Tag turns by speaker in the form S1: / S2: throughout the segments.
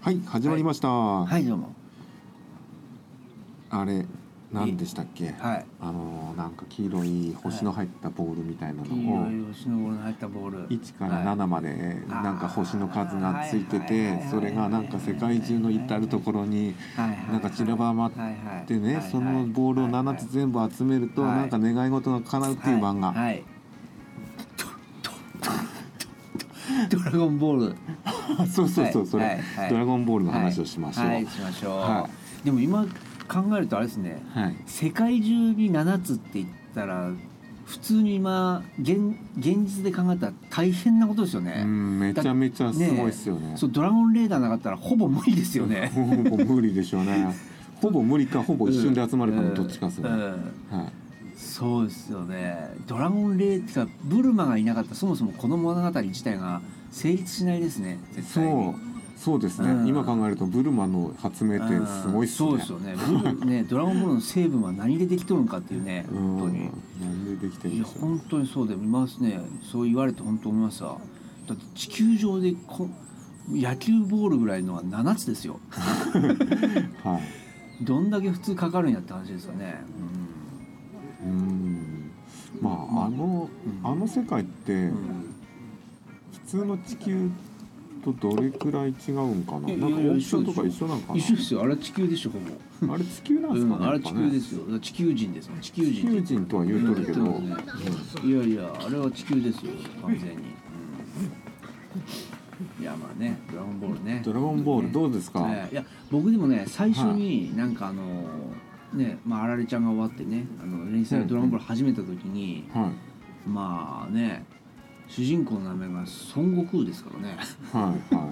S1: はい始まりました、
S2: はいどうも
S1: あれ何でしたっけ、
S2: はい
S1: あのーなんか黄色い星の入ったボールみたいなの
S2: 黄
S1: を、
S2: 色い星のボールの入ったボール
S1: 1から7までなんか星の数がついて
S2: あーはいはいはい
S1: て
S2: はい
S1: それがなんか世界中の至る所に
S2: はいはい
S1: なんか散らばまっ
S2: はいはい
S1: で
S2: はい
S1: ね
S2: はい
S1: そのボールを7つ全部集めると
S2: はい
S1: なんか願い事が叶うっていう漫画
S2: はいはいドドドドドドラゴンボール
S1: そうそうそう
S2: はい
S1: それ、
S2: はいはい
S1: ドラゴンボールの話をしましょう
S2: は
S1: はいい
S2: はい、しましょう、
S1: は
S2: でも今考えるとあれですね世界中に7つって言ったら普通に今現現実で考えたら大変なことですよね、
S1: うんめちゃめちゃすごいですよね
S2: そうドラゴンレーダーなかったらほぼ無理ですよね
S1: ほぼ無理でしょう ねほぼ無理かほぼ一瞬で集まるかのどっちかですよね、
S2: うんうん
S1: はい
S2: そうですよねドラゴンレーダーブルマがいなかったらそもそもこの物語自体が成立しないですね絶対
S1: そう
S2: に
S1: そうですね、
S2: うん
S1: 今考えるとブルマの発明ってすごいっすね
S2: うんそうですよねブル ねドラゴンボールの成分は何でできとるのかっていうね
S1: う
S2: 本当に
S1: んなんでできてる
S2: い
S1: ん
S2: や
S1: でしょう
S2: 本当にそうで見ますねそう言われて本当思いますわだって地球上でこ野球ボールぐらいのは7つですよ
S1: はい
S2: どんだけ普通かかるんやって話ですよね、
S1: うんまああの、
S2: うん
S1: あの世界って
S2: うんうん
S1: 普通の地球とどれくらい違うんかな、
S2: いやい
S1: な
S2: や
S1: ん
S2: い
S1: か
S2: や
S1: 大きさとか
S2: 一
S1: 一緒なんかな
S2: 一緒ですよあれは地球でしょほぼ
S1: あれ地球なんです
S2: う
S1: かね、
S2: ん、あれ地球ですすよ。だから地球人ですよ。地球
S1: 地
S2: 人。
S1: 球人とは言うとるけど、
S2: うんいやいや、あれは地球ですよ。完全に。うん、いや、まあね、ドラゴンボールね。
S1: ドラゴンボールどうですか、
S2: ええいや、僕でもね、最初になんかあのね、まあ、あられちゃんが終わってね、あの連載のドラゴンボール始めた時に、
S1: はい
S2: まあね。主人公の名前が孫悟空ですからね。
S1: はいはい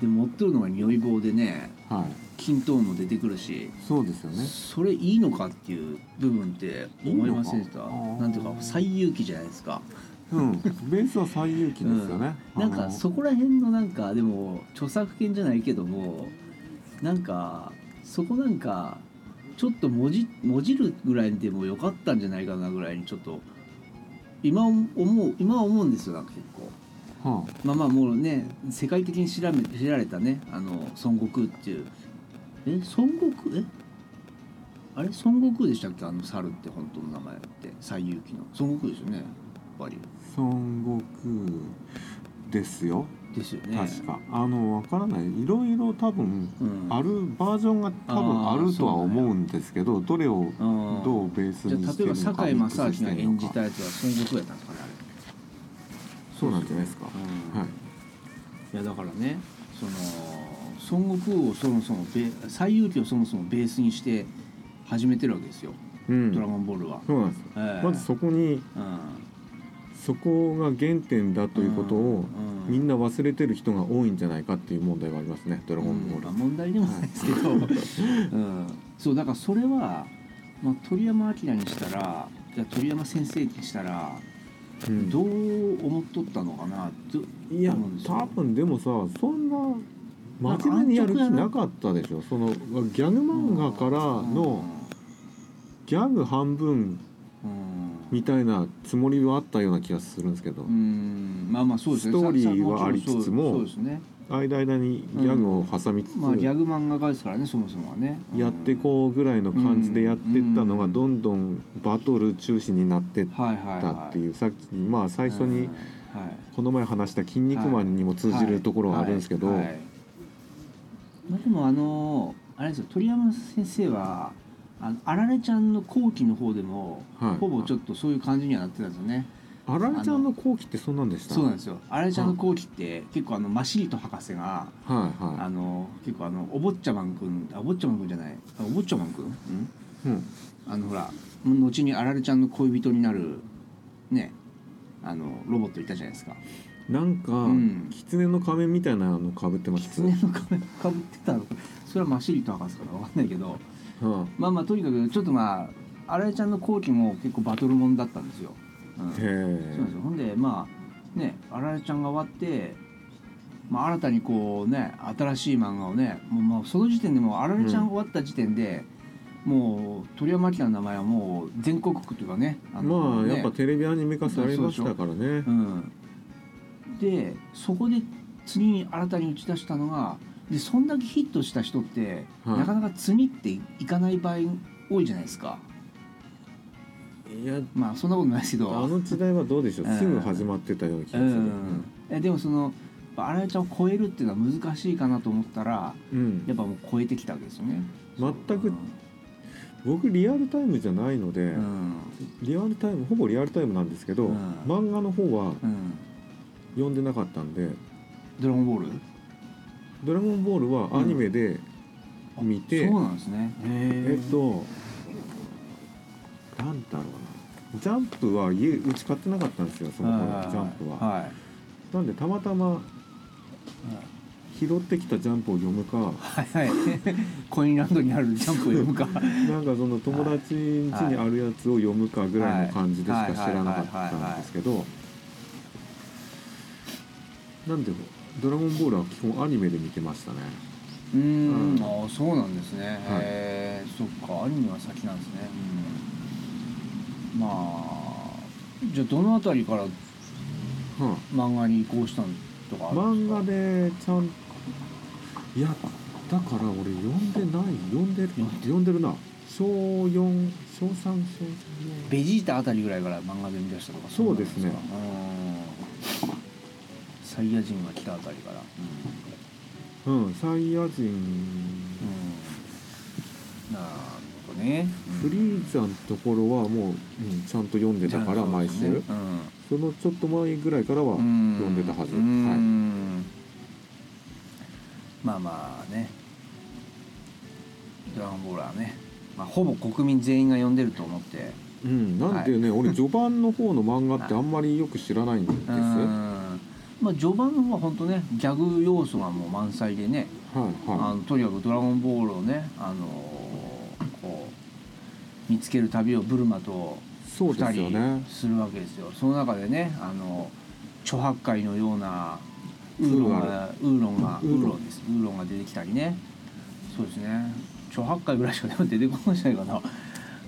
S2: で、持ってるのが匂い棒でね、
S1: はいはい
S2: 均等も出てくるし。
S1: そうですよね
S2: それいいのかっていう部分って思いませんでした
S1: いいのかあー
S2: なんていうか最有機じゃないですか
S1: うんベースは最有機ですよね、
S2: なん
S1: あ
S2: か
S1: の
S2: そこら辺のなんかでも著作権じゃないけどもなんかそこなんかちょっともじもじるぐらいでもよかったんじゃないかなぐらいにちょっと今思う今思うんですよなんか結構
S1: は
S2: まあまあもうね世界的に知らめ知られたねあの孫悟空っていうえ孫悟空えあれ孫悟空でしたっけあの猿って本当の名前って西遊記の孫悟空ですよねやっぱり
S1: あ、孫悟空ですよ
S2: ですよね
S1: 確か、あのわからないいろいろ多分
S2: うん、
S1: あるバージョンが多分あるとは思うんですけどどれを
S2: あ
S1: どうベース
S2: じゃ
S1: に
S2: あ
S1: して
S2: 例え
S1: る
S2: ば
S1: のか
S2: 堺
S1: ミックス
S2: 正
S1: して
S2: 章が
S1: るの
S2: 演じた
S1: か
S2: やつは孫悟空やったんですかねあ
S1: そうなんじゃないですか、
S2: れ、
S1: はいい、
S2: やだからねその孫悟空をそもそもベ西遊記をそもそもベースにして始めてるわけですよ、
S1: うん
S2: ドラゴンボールは、
S1: そうなんですよ
S2: ええ
S1: まずそこに
S2: うん
S1: そこが原点だということをみん
S2: な
S1: な忘れてる人が多いんじゃないかっていう問題がありますねドラゴンボールは、
S2: 問題でもないですけ ど、うん、そうだからそれは、まあ、鳥山明にしたらいや鳥山先生にしたら
S1: うん
S2: どう思っとったのかなど
S1: いや
S2: どうなんでしょう
S1: 多分でもさそんな真面目にやる気なかったでしょそのギャグ漫画からのギャグ半分
S2: うん
S1: みたいなつもりはあったような気がするんですけど、
S2: うんまあまあそうですね
S1: ストーリーはありつつも
S2: そうそうですね
S1: 間々にギャグを挟みつつ、
S2: まあギャグ漫画家ですからねそもそもはね
S1: やってこうぐらいの感じでやってったのが
S2: うん
S1: どんどんバトル中心になってっ
S2: うんはいはい、
S1: た
S2: はい、
S1: っていうさっきまあ最初に
S2: うんはい
S1: この前話した「筋肉マン」にも通じるところはあるんですけど、
S2: はいはいはいまあ、でもあのあれですよ鳥山先生はあのあられちゃんの後期の方でも、
S1: はい
S2: ほぼちょっとそういう感じにはなってたんですよね、
S1: あられちゃんの後期ってそんなんでした
S2: そうなんですすよあられちゃんの後期って、結構あのマシリト博士が、
S1: はいは
S2: あの結構あのお坊ちゃまんくんあお坊ちゃまんくんじゃないあお坊ちゃまんくん、うん、
S1: い、うん、
S2: あのほら後にあられちゃんの恋人になるねあのロボットいたじゃないですか
S1: なんか、
S2: うん
S1: 狐の仮面みたいなのかぶってま した
S2: 狐の仮面かぶってたのそれはマシリト博士かなわかんないけど
S1: は
S2: まあまあとにかくちょっとまあ新井ちゃんの後期も結構バトルもんだったんですよ。うん、
S1: い
S2: そう
S1: へ
S2: なんですよほんでまあね新井ちゃんが終わって、まあ、新たにこうね新しい漫画をねもうまあその時点でもう新井ちゃんが終わった時点で、もう鳥山明の名前はもう全国区というかね
S1: え
S2: あの
S1: まあ
S2: ね
S1: やっぱテレビアニメ化されましたからね
S2: うん、でそこで次に新たに打ち出したのがでそんだけヒットした人って、
S1: はい
S2: なかなか罪っていかない場合多いじゃないですか
S1: いや
S2: まあそんなことないですけど
S1: あの時代はどうでしょう
S2: うん
S1: すぐ始まってたような気が
S2: う
S1: する
S2: ん、えでもその新井ちゃんを超えるっていうのは難しいかなと思ったら
S1: うん
S2: やっぱもう超えてきたわけですよね
S1: 全く僕リアルタイムじゃないので
S2: うん
S1: リアルタイムほぼリアルタイムなんですけど
S2: うん
S1: 漫画の方は
S2: うん
S1: 読んでなかったんで
S2: 「ドラゴンボール
S1: 「ドラゴンボール」はアニメで」
S2: あ
S1: 見て
S2: そうなんですね
S1: え
S2: え
S1: っとなんだろうなジャンプは家うち買ってなかったんですよその頃ジャンプは。
S2: はい
S1: なんでたまたま拾ってきたジャンプを読むか
S2: はいはい コインランドにあるジャンプを読 むか
S1: なんかその友達ん家にあるやつを読むかぐらいの感じでしか知らなかったんですけどなんで「ドラゴンボール」は基本アニメで見てましたね
S2: うーん、
S1: うん
S2: ああそうなんですね、
S1: はい
S2: へえそっかアニメは先なんですね、うん、まあじゃあどのあたりから
S1: は
S2: 漫画に移行したのとか
S1: あ
S2: あるん
S1: 漫
S2: ですか
S1: 画でちゃんいやだから俺読んでない読んでる読んでるな小4小3小4
S2: ベジータあたりぐらいから漫画で見出したとか
S1: そうですね
S2: んなんかうんサイヤ人が来たあたりか
S1: う
S2: ら、
S1: んサイヤ人
S2: うんなるほどね
S1: フリーザのところはもう、うんちゃんと読んでたから毎週そ,、
S2: そうですねうん
S1: のちょっと前ぐらいからは
S2: う
S1: 読んでたはず、
S2: う
S1: は
S2: んまあまあね「ドラゴンボール」はね、まあ、ほぼ国民全員が読んでると思って
S1: いうん、なんでね、俺序盤の方の漫画ってあんまりよく知らないんです、
S2: う
S1: は
S2: んまあ序盤の方は本当ねギャグ要素がもう満載でね、
S1: い
S2: あ
S1: は
S2: のとにかく「ドラゴンボール」をね、あのーこう見つける旅をブルマと
S1: いそうで
S2: 2
S1: すよね
S2: 人するわけですよその中でねあの著白海のようなウーロンがウーロンが
S1: ウ
S2: ウ
S1: ーロン
S2: ーロンですウーロンが出てきたりねそうですね著白海ぐらいしかでも出てこないんじゃないかな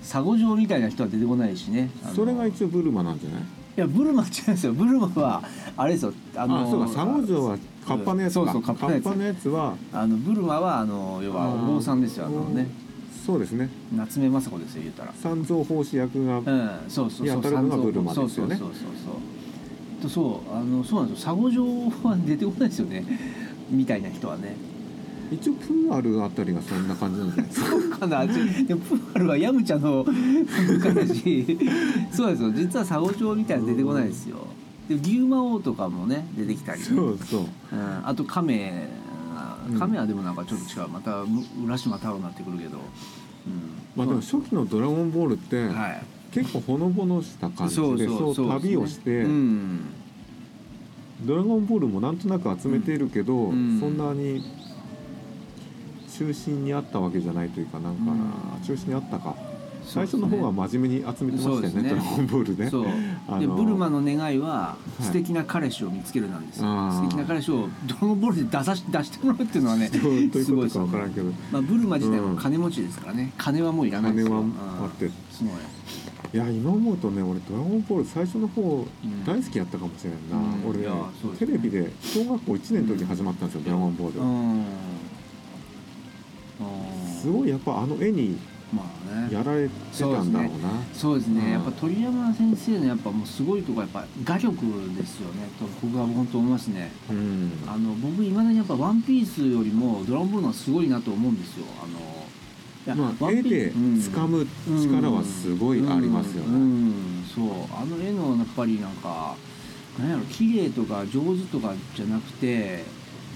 S2: サゴ状みたいな人は出てこないしねあの
S1: それが一応ブルマなんじゃない
S2: いやブルマ違うんですよブルマはあれですよあ
S1: あそうかサゴジョはカッパのやつか、
S2: そうそうカッパのやつ
S1: のやつは
S2: あのブルマはあの要はお坊さんですよあのね
S1: そうですね
S2: 夏目雅子ですよ言ったら
S1: 三蔵法師役が、
S2: うん、そうそう
S1: いや
S2: そう、
S1: 当たるのがブルマ
S2: そ
S1: で
S2: う
S1: す
S2: そ
S1: よ
S2: う
S1: ね
S2: そうそうそう。とそうあのそうなんですよ。サゴ状は出てこないですよね。みたいな人はね。
S1: 一応プーアルあたりがそんな感じなんじゃないですか
S2: そうかな。ちでもプーアルはヤムチャの文化だし、そうなんですよ。実はサゴ状みたいなの出てこないですよ。で牛魔王とかもね出てきたり、、
S1: そううそうん
S2: あと亀
S1: うん
S2: 亀はでもなんかちょっと違う。また浦島太郎になってくるけど。うん、
S1: まあでも初期の「ドラゴンボール」って、
S2: はい。
S1: 結構ほのぼのした感じで
S2: そ
S1: そうう
S2: そうそうですね
S1: 旅をして、
S2: うん。
S1: ドラゴンボール」もなんとなく集めているけど、
S2: うん
S1: そんなに中心にあったわけじゃないというかなんかな、
S2: うん
S1: 中心にあったか
S2: そ
S1: 最
S2: うです
S1: 初の
S2: ね
S1: 方は真面目に集めてましたよね
S2: そうですね
S1: ドラゴンボールね
S2: そう
S1: あ
S2: で
S1: の
S2: ブルマの願いは
S1: はい
S2: 素敵な彼氏を見つけるなんですよ、
S1: あー
S2: 素敵な彼氏をドラゴンボールで出さし出してもらうっていうのはね
S1: どういう
S2: すご
S1: こ
S2: い
S1: とか
S2: ですよ
S1: わ
S2: ね
S1: からんけど
S2: まあ、ブルマ自体
S1: う
S2: も
S1: ん
S2: 金持ちですからね金はもういらないで
S1: 金
S2: すよ
S1: は
S2: うん
S1: あって
S2: すごい
S1: いや今思うとね俺「ドラゴンボール」最初の方
S2: うん
S1: 大好きやったかもしれんな、
S2: うん
S1: 俺
S2: い
S1: ね
S2: やそうです
S1: テ
S2: ね
S1: レビで小学校1年の時に始まったんですよ「ドラゴンボール」
S2: うんうん
S1: すごいやっぱあの絵に
S2: まあね
S1: やられてたんだろうな
S2: そうですね、
S1: うん
S2: やっぱ鳥山先生のやっぱもうすごいとこはやっぱ画力ですよねと僕は本当思いますね
S1: うん
S2: あの僕いまだにやっぱ「ワンピースよりも「ドラゴンボール」の方がすごいなと思うんですよ。あのいや
S1: まあ、
S2: ワ
S1: 絵
S2: ンピー
S1: で掴む力はすごいありますよ
S2: うん
S1: ね。
S2: うんそうあの絵のやっぱりなんかなんやろ綺麗とか上手とかじゃなくて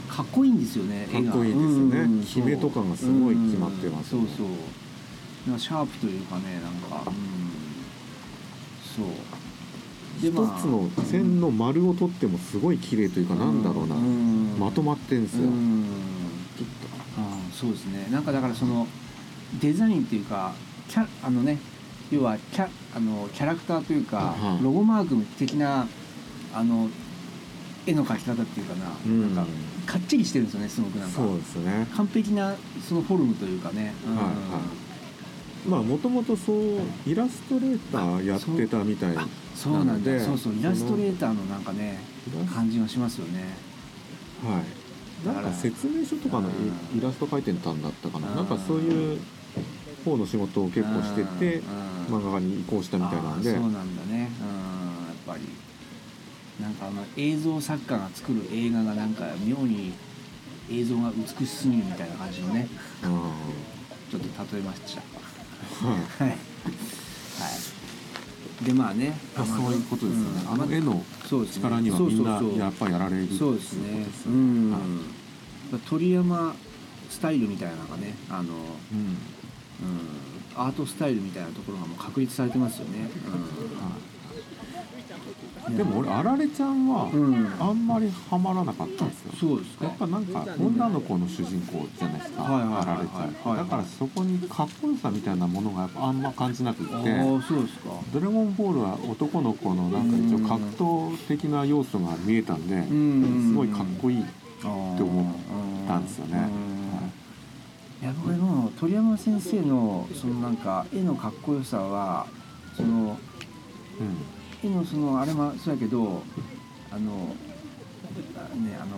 S2: かっこいいんですよね
S1: か
S2: 絵
S1: っ
S2: が
S1: こいいですよね
S2: うんうん
S1: キメとかがすごい決まってます
S2: う
S1: よ
S2: ん
S1: ね
S2: そうそうなんかシャープというかねなんか、うん、そう
S1: 一つの線の丸を取ってもすごい綺麗というか、なんだろうな、
S2: ん
S1: まとまってんですよ。
S2: うん
S1: ちょっ
S2: あーそうですねなんかだからそのデザインっていうかキャあのね要はキャあのキャラクターというか、
S1: はい
S2: ロゴマーク的なあの絵の描き方っていうかな,、
S1: と、うん
S2: なんかかっちりしてるんですよねすごくなんか
S1: そうですね。
S2: 完璧なそのフォルムというかね、うん
S1: はいはまあ、もともとそう、イラストレーターやってたみたい。イラ
S2: あそうな
S1: なの
S2: んだ
S1: で
S2: そうそうイラストレーターのなんかね
S1: ス
S2: 感じがしますよね
S1: はい。なんか説明書とかのイイラスト描いてたんだったかななんかそういう方の仕事を結構してて
S2: うん
S1: 漫画家に移行したみたいなん
S2: あ
S1: で
S2: ーそうなんだねうんやっぱりなんかあの映像作家が作る映画がなんか妙に映像が美しすぎるみたいな感じのね
S1: うんは
S2: ちょっと例えました
S1: い
S2: はいはいでまあね
S1: まあそういうことですよね
S2: うん
S1: あの絵の
S2: そうですね
S1: 力にはみんな
S2: そうそうそう
S1: やっぱやられる
S2: そうですねう
S1: はい
S2: ん鳥山スタイルみたいなのがねあの、う
S1: うん
S2: ん、アートスタイルみたいなところがもう確立されてますよね、
S1: はい
S2: うん、
S1: でも俺あられちゃんは
S2: うん
S1: あんまりハマらなかったんですよ
S2: そうですか
S1: やっぱなんか女の子の主人公じゃないですか、
S2: はいはいはいはい
S1: あられちゃんって
S2: はいはい
S1: だからそこにかっこよさみたいなものがやっぱあんま感じなくって
S2: ああそうですか
S1: ドラゴンボールは男の子のなんか一応格闘的な要素が見えたんで
S2: ん
S1: すごいかっこいい、
S2: て思
S1: 思ったんですよねはい
S2: いや僕でも鳥山先生のそのなんか絵のかっこよさはその
S1: うん、
S2: 絵のそのあれもそうやけどあのあねあの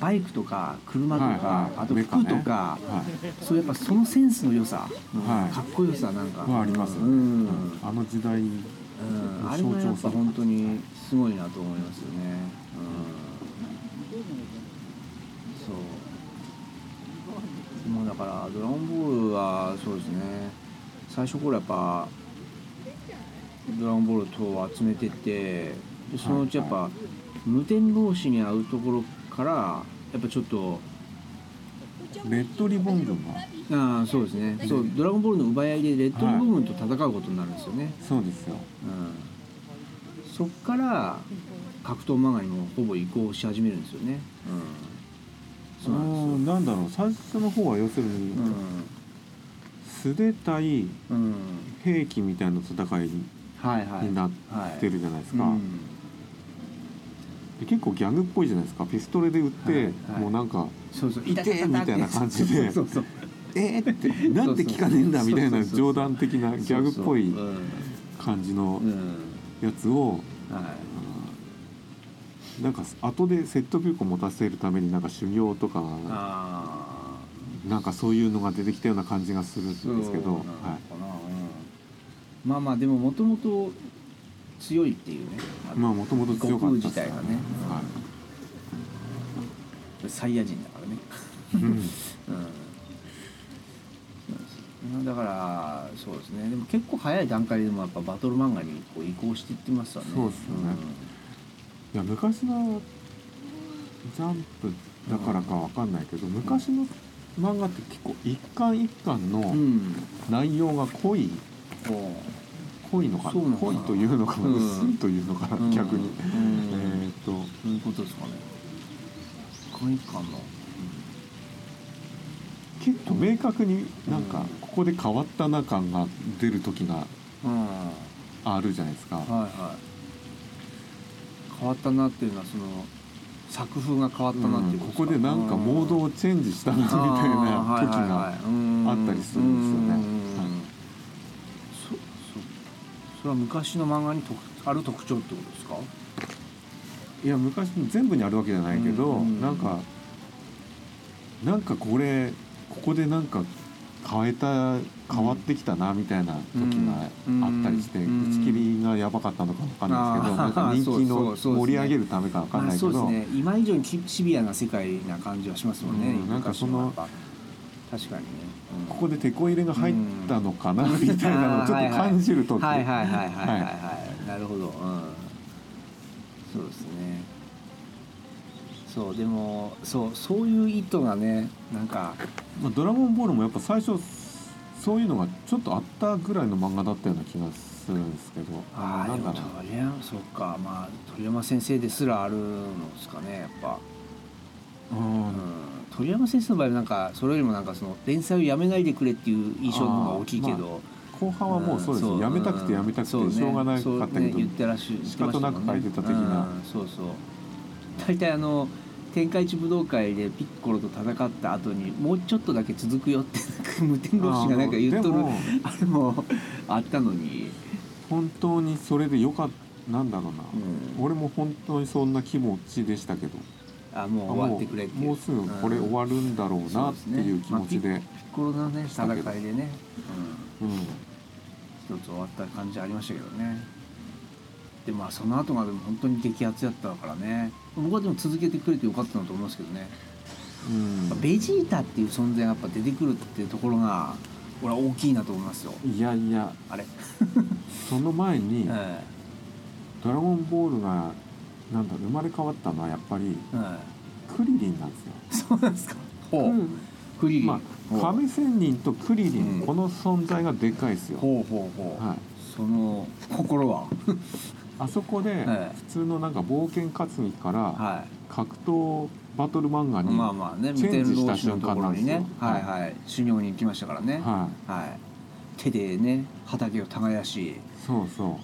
S2: バイクとか車とか、
S1: はいはい
S2: あと
S1: メカね
S2: 服とか、
S1: は
S2: そうやっぱそのセンスの良さ、
S1: はい
S2: かっこよさなんか、
S1: い、はありますよ
S2: う
S1: ね、
S2: ん、
S1: あの時代
S2: うんあれはやっぱ本当にすごいなと思いますよね。うん、そう。もうだからドラゴンボールはそうですね。最初からやっぱドラゴンボール等を集めてって、でそのうちやっ
S1: は
S2: ぱ無天同士に会うところからやっぱちょっと
S1: レッドリボン軍が
S2: ああそうですね。そうドラゴンボールの奪い合いでレッドリボムと戦うことになるんですよね。
S1: そうですよ
S2: うんそっから格闘漫画にもほぼ移行し始めるんですよね。うん、そうな
S1: んな
S2: ん
S1: んだろう最初の方は要するに、
S2: ですよ。
S1: 素手対
S2: うん、うん、
S1: 兵器みたいな戦いに
S2: はいはい。
S1: なっ
S2: はい
S1: てるじゃないですか、
S2: うん
S1: で結構ギャグっぽいじゃないですかピストルで撃って、
S2: はいはい
S1: もうなんか
S2: そうそう、
S1: 痛え
S2: って
S1: みたいな感じで
S2: そうそう
S1: 「えっ!」って「なんで聞かねえんだ」みたいな冗談的なギャグっぽい
S2: そうそう
S1: 感じ
S2: う
S1: の
S2: ん、うん
S1: やつを、
S2: は
S1: うんなんか後で説得力を持たせるためになんか修行と
S2: い。
S1: か
S2: ああ。
S1: なんかそういうのが出てきたような感じがするんです
S2: そう
S1: けど、
S2: なの
S1: は
S2: かなうんまあまあでももともと強いっていうね
S1: い、まあもともと強かった
S2: 悟空自体がね
S1: は
S2: サイヤ人だからね
S1: いうん
S2: うんそうですだからそうですねでも結構早い段階でもやっぱバトル漫画にこう移行していってますよね
S1: そうですよねいや昔のジャンプだからかわかんないけど、昔の漫画って結構一巻一巻
S2: う
S1: の
S2: ん、
S1: 内容が濃い、
S2: こ
S1: 濃いのか
S2: そうな
S1: な
S2: のかな
S1: 濃いというのかな、
S2: うん
S1: 薄いというのかな、
S2: うん
S1: 逆に、
S2: うん
S1: えーっと
S2: うそういうことですかね一巻一巻の
S1: 結構明確になん
S2: う
S1: か
S2: ん
S1: ここで変わったな感が出る時が
S2: うん
S1: あるじゃないですか、
S2: はいはい変わったなっていうのはその作風が変わったなってい
S1: うん
S2: うと
S1: こ
S2: す
S1: こでなんかモードをチェンジしたなみたいな時が
S2: が
S1: あったりするんですよねはい
S2: そそそれは昔の漫画に特ある特徴ってことですか
S1: いや昔全部にあるわけじゃないけど、
S2: うんうん
S1: なんかなんかこれここでなんか変えた変わってきたなみたいな時が
S2: うん
S1: あったりして、
S2: うん
S1: 打ち切りがやばかったのかわかんないですけど
S2: あー
S1: なんか人気
S2: そう
S1: の
S2: そうそうですね
S1: 盛り上げるためかわかん
S2: ま
S1: な
S2: あ
S1: いけ
S2: そうです
S1: ど
S2: ね今以上にきシビアな世界な感じはしますもんね、
S1: うんなんかその
S2: 昔はやっぱ確かにね、うん
S1: ここでテこ入れが入ったのかなみたいなのをちょっと感じる時
S2: はいはいはいはいはいはい、
S1: は
S2: なるほど、うん、そうですねそうでもそうそういう意図がねなんか
S1: まあドラゴンボールもやっぱ最初そういうのがちょっとあったぐらいの漫画だったような気がするんですけど
S2: ああ
S1: の
S2: で
S1: な
S2: も
S1: んだろう
S2: 鳥山そっかまあ鳥山先生ですらあるのですかねやっぱ、
S1: うん
S2: うん、鳥山先生の場合はなんかそれよりもなんかその連載をやめないでくれっていう印象の方が大きいけ
S1: あー
S2: ど、
S1: 後半はもうそうですよ、やめたくてやめたくてしょうがなかったけど、
S2: 言ってらっしゃ
S1: 仕方なく書いてた的な
S2: そうそう大体あの天下一武道会でピッコロと戦った後にもうちょっとだけ続くよってなんか無天
S1: あ
S2: 老師がなんか言っとる
S1: でも
S2: あれもあったのに、
S1: 本当にそれでよかったなんだろうな、
S2: うん
S1: 俺も本当にそんな気持ちでしたけど
S2: あもう
S1: あ
S2: 終わ
S1: も
S2: ってくれっ
S1: う
S2: ていう
S1: もうすぐこれ終わるんだろうなっていう気持ちで、
S2: うん心のね
S1: した
S2: 戦
S1: けど
S2: いでね、
S1: うん、
S2: うん、一つ終わった感じありましたけどねでまあその後がでも本当に激アツやったからね僕はでも続けてくれてよかったなと思うんですけどね、
S1: うん
S2: やっぱベジータっていう存在がやっぱ出てくるっていうところが俺は大きいなと思いますよ
S1: いやいや
S2: あれ、
S1: その前に
S2: うん
S1: 「ドラゴンボール」がなんだ生まれ変わったのはやっぱり
S2: うん
S1: クリリンなんですよ。
S2: そうなんですかほう、
S1: うん
S2: クリリン、
S1: ま
S2: ほう
S1: あ、亀仙人とクリリン、
S2: うん
S1: この存在がでかいですよ、
S2: ほうほうほう、
S1: はい、
S2: その心は
S1: あそこで
S2: はい
S1: 普通のなんか冒険活劇から
S2: は
S1: 格闘バトル漫画
S2: い
S1: に、
S2: まあまあね
S1: チ
S2: 無
S1: ェン
S2: 天
S1: ジした
S2: 老師のところにね
S1: 瞬間
S2: は
S1: ないんですよ
S2: はい修行に行きましたからね、
S1: は
S2: はい、手でね畑を耕し
S1: い、そうそう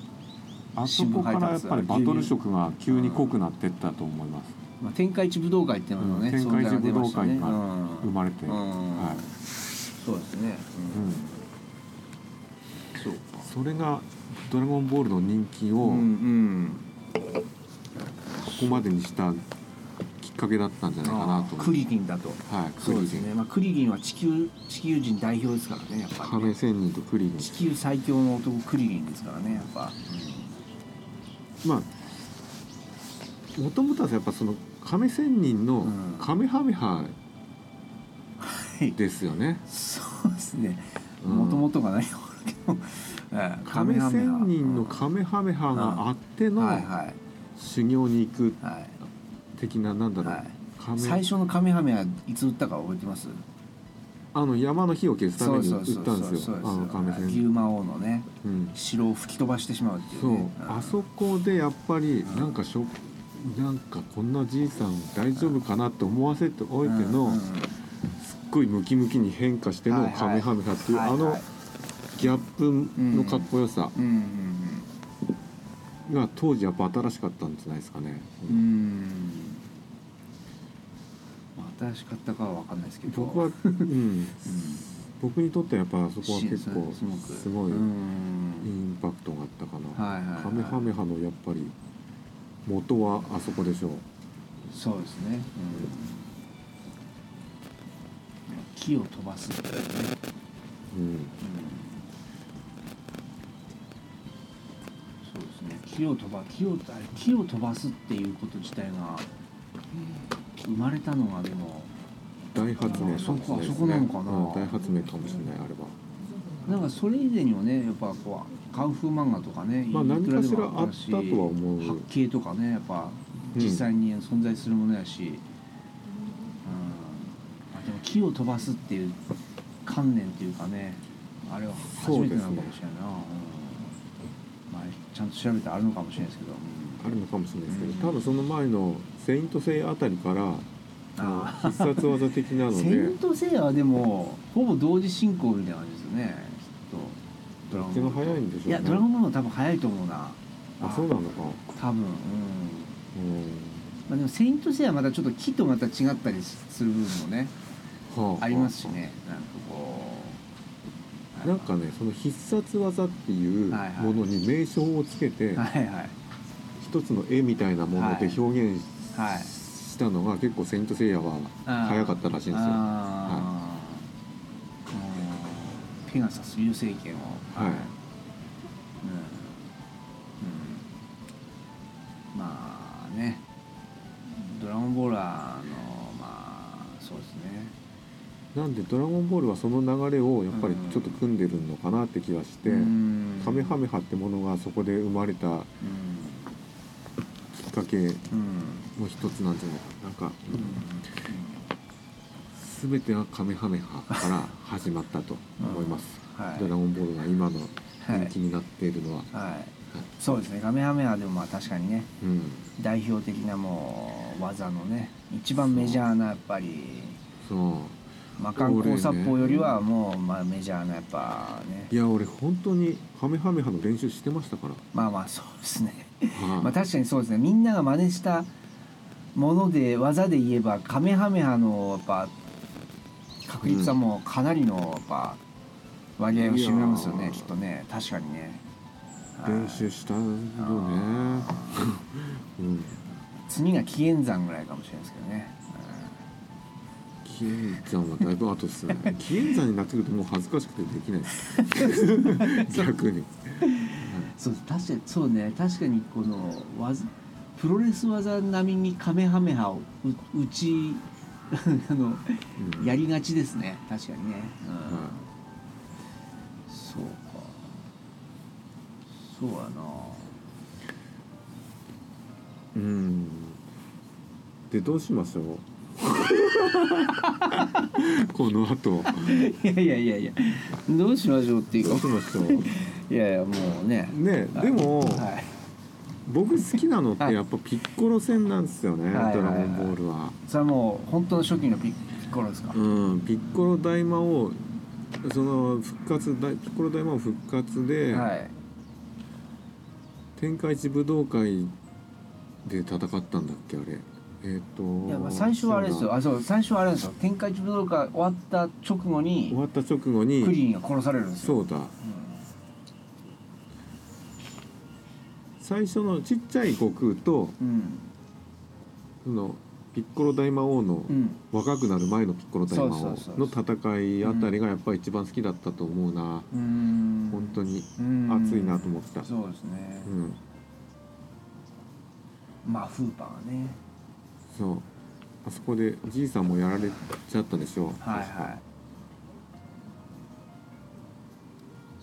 S1: あそこからやっぱりバトル色が急に濃くなってったと思います
S2: まあ、天下一武道会っていうのもね、
S1: うん天下一武道会
S2: 存在が出ましたね
S1: が
S2: う
S1: 生
S2: ん
S1: まれて、
S2: うん
S1: は
S2: そうですね、
S1: うん
S2: そうか
S1: それが「ドラゴンボール」の人気を
S2: うんう
S1: こ
S2: ん
S1: こまでにしたきっかけだったんじゃないかなと
S2: あー
S1: 思
S2: ク
S1: う
S2: リリンだと
S1: はい、ク
S2: そう
S1: リ
S2: です
S1: リン、
S2: ね、まあ、クリリンは地球地球人代表ですからねやっぱりね、
S1: 亀仙人とクリリン
S2: 地球最強の男クリリンですからねやっぱ、
S1: まあもともとはやっぱその亀仙人の
S2: うん
S1: 亀ハメハですよね。
S2: そうですね
S1: うん
S2: もともとがないところ だけどええ
S1: 亀
S2: カメハメハ
S1: 仙人の亀ハメハがあって
S2: うん
S1: の
S2: はいは
S1: 修行に行く
S2: いはい
S1: 的ななんだろ
S2: は
S1: う
S2: い
S1: 亀
S2: 最初のカメハメはいつ打ったか覚えてます
S1: あの山の火を消すために売ったんです
S2: そう
S1: よ
S2: で
S1: あの亀仙
S2: 牛
S1: 人。
S2: 魔王のね
S1: うん
S2: 城を吹き飛ばしてしまうっていう
S1: そう
S2: ね
S1: あそこでやっぱり
S2: うん
S1: なんかしょなんかこんなじいさん大丈夫かなって思わせておいて
S2: うん
S1: の
S2: うん
S1: すっごいムキムキに変化して
S2: は
S1: の
S2: いはい
S1: カメハメハっていう
S2: はい
S1: あ
S2: はい
S1: のギャップのかっこよさ
S2: うんうん
S1: が当時やっぱ新しかったんじゃないですかね、
S2: うんうんまあ新しかったかは分かんないですけど
S1: 僕は、うん、
S2: うん
S1: 僕にとってはやっぱそこは
S2: シーン
S1: 結構
S2: すごく
S1: すごいイ
S2: うん
S1: ンパクトがあったかな、
S2: はいはいはい
S1: カメハメハのやっぱり元はあそこでしょう
S2: そうですね、うん、木を飛ばすっていうね、
S1: うん
S2: そうですね木を飛ば木をあれ木を飛ばすっていうこと自体が生まれたのがでも
S1: 大発明かもしれないですね
S2: あそこあそこなのか
S1: う
S2: な
S1: ん大発明かもしれないあれば
S2: なんかそれ以前にもねやっぱこうカンフー漫画とかね、
S1: まあ
S2: いくらでも
S1: 何かしらあったとは思う
S2: 発見とかねやっぱ
S1: うん
S2: 実際に存在するものやし、うんまあ、でも木を飛ばすっていう観念というかねあれは初めてなのかもしれないな、うんまあ、ちゃんと調べてあるのかもしれないですけど、
S1: あるのかもしれないですけど、
S2: うん
S1: 多分その前の「セイント・セイ」あたりから
S2: あ
S1: 必殺技的なの
S2: セイ
S1: で
S2: ントセイヤはでもほぼ同時進行みたいな感じですよねきっとドラゴンボー
S1: どっちが
S2: ルと
S1: 早いんでしょうね
S2: いやドラゴンボールの多分早いと思うな
S1: あそうなのか、
S2: 多分うん
S1: うん
S2: まあ、でも「セイント・セイヤ」はまたちょっと木とまた違ったりする部分もね
S1: は
S2: ありますしねなんかこう
S1: なんかねその必殺技っていう
S2: はいはい
S1: ものに名称をつけて
S2: はいはい
S1: 一つの絵みたいなもので表現し
S2: はい
S1: したのが結構「セイント・セイヤ」は早かったらしいんですよ。は
S2: あーうんペガサス流星剣を
S1: はい
S2: うんうんまあねドラゴンボーラーのまあそうですね
S1: い、なんで「ドラゴンボール」はその流れをやっぱりちょっと組んでるのかなって気がして
S2: うん
S1: 「カメハメハ」ってものがそこで生まれたきっかけ
S2: うんうん
S1: の一つなんじゃないかななんか全ては「カメハメハ」から始まったと思います。
S2: はい
S1: ドラゴンボールが今の
S2: はい
S1: 人気になっているのは、
S2: はいそうですねガメハメはでもまあ確かにね
S1: うん、
S2: 代表的なもう技のね一番メジャーなやっぱり
S1: そう
S2: 魔漢光殺法よりはもうまあメジャーなやっぱね
S1: いや俺本当にハメハメハの練習してましたから、
S2: まあまあそうですね
S1: はい
S2: まあ、確かにそうですねみんなが真似したもので技で言えばカメハメハのやっぱ確率はもうかなりのやっぱ割合を占めますよ
S1: い
S2: ね
S1: やー
S2: きっとね確かにね
S1: 練習したよね
S2: あー
S1: うん
S2: 次が紀元山ぐらいかもしれないですけどね、
S1: 紀元山はだいぶ後です ね紀元山になってくるともう恥ずかしくてできないです 逆に、
S2: うんそう確かにそうね確かにこの技プロレス技並みにカメハメハをう打ちあの
S1: うん
S2: やりがちですね確かにね、うん
S1: は
S2: そうかそうやな
S1: うんでどうしましょ うこの後
S2: いやいやいやいやどうしましょうっていう
S1: どうし
S2: か
S1: ましょう
S2: いやいやもうね
S1: ね
S2: はい
S1: でも、
S2: は
S1: 僕好きなのって
S2: はい
S1: やっぱピッコロ戦なんですよね、
S2: はいはいはい
S1: ドラゴンボールは。
S2: いそれはもう本当の初期のピッコロですか、
S1: うん、ピッコロ大魔王その復活大ピッコロ大魔王復活で、
S2: はい
S1: 天下一武道会で戦ったんだっけあれえっ、と
S2: いやまあ最初はあれですよあそう最初はあれなんですよ天下一武道会終わった直後に
S1: 終わった直後
S2: ク
S1: に
S2: リーンが殺されるんですよ
S1: そうだ最初のちっちゃい悟空と
S2: うん
S1: そのピッコロ大魔王の、
S2: うん
S1: 若くなる前のピッコロ大魔
S2: そう
S1: 王
S2: そう
S1: の
S2: そう
S1: 戦いあたりがやっぱり一番好きだったと思うな、
S2: うん
S1: 本当に
S2: うん
S1: 熱いなと思ってた、
S2: そうですね、
S1: うん、
S2: まあフーパーはね
S1: そうあそこでじいさんもやられちゃったでしょ
S2: はいはい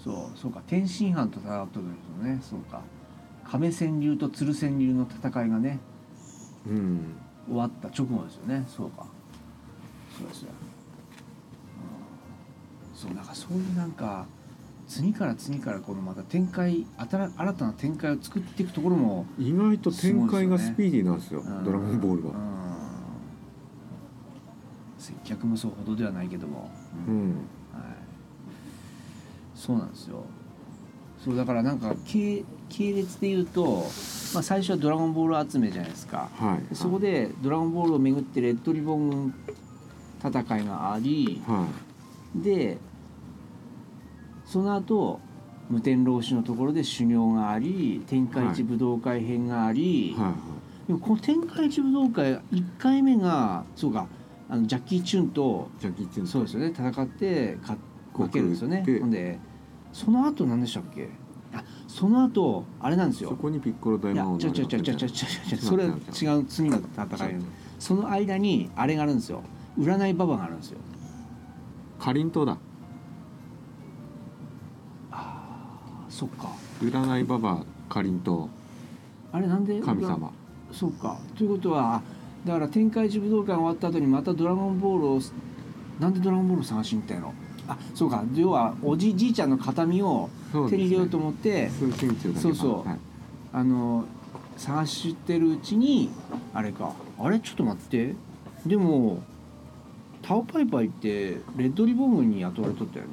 S2: そうそうか天津飯と戦った時ですよねそうか亀川流と鶴川流の戦いがね
S1: い、うん、
S2: 終わった直後ですよねそうかそうですよ、うん、そうなんかそういうなんか次から次からこのまた展開新新たな展開を作っていくところも、
S1: 意外と展開がスピーディーなんですよ
S2: うん
S1: ドラゴンボール
S2: う
S1: は
S2: ん接客もそうほどではないけども、
S1: う
S2: はい、
S1: ん
S2: そうなんですよそうだからなんか系系列で言うと、まあ、最初は「ドラゴンボール」集めじゃないですか
S1: はい
S2: そこで「ドラゴンボール」を巡ってレッドリボン戦いがあり
S1: は
S2: でその後無天老師のところで修行があり天下一武道会編があ
S1: い
S2: り、
S1: はいはい
S2: でもこの天下一武道会1回目がそうかあのジャッキー・チュンと
S1: ジャッキー・チェン
S2: そうですよね戦って勝負けるんですよね
S1: こう打って
S2: ほんでその後何でしたっけあその後あれなんです
S1: そ
S2: よ
S1: こにピッコロ大
S2: いや
S1: 魔王
S2: ちょちょちょちょちょ
S1: ょ
S2: ちょちょそれは違う次の戦いその間にあれがあるんですよ占いババがあるんですよ
S1: かりんとうだ
S2: あーそっか
S1: 占いババアかりんと
S2: あれなんで
S1: う神様
S2: そうかということはだから天界一武道館終わった後にまた「ドラゴンボールを」なんで「ドラゴンボール」を探しに行ったんやろあそうか要はおじじいちゃんの形見を
S1: そう
S2: 手
S1: です
S2: に入れよう
S1: ね
S2: と思って、
S1: 数センチだけ
S2: そうそう
S1: はい
S2: あの探してるうちにあれかあれちょっと待ってでもタオパイパイってレッドリボン軍に雇われとったよね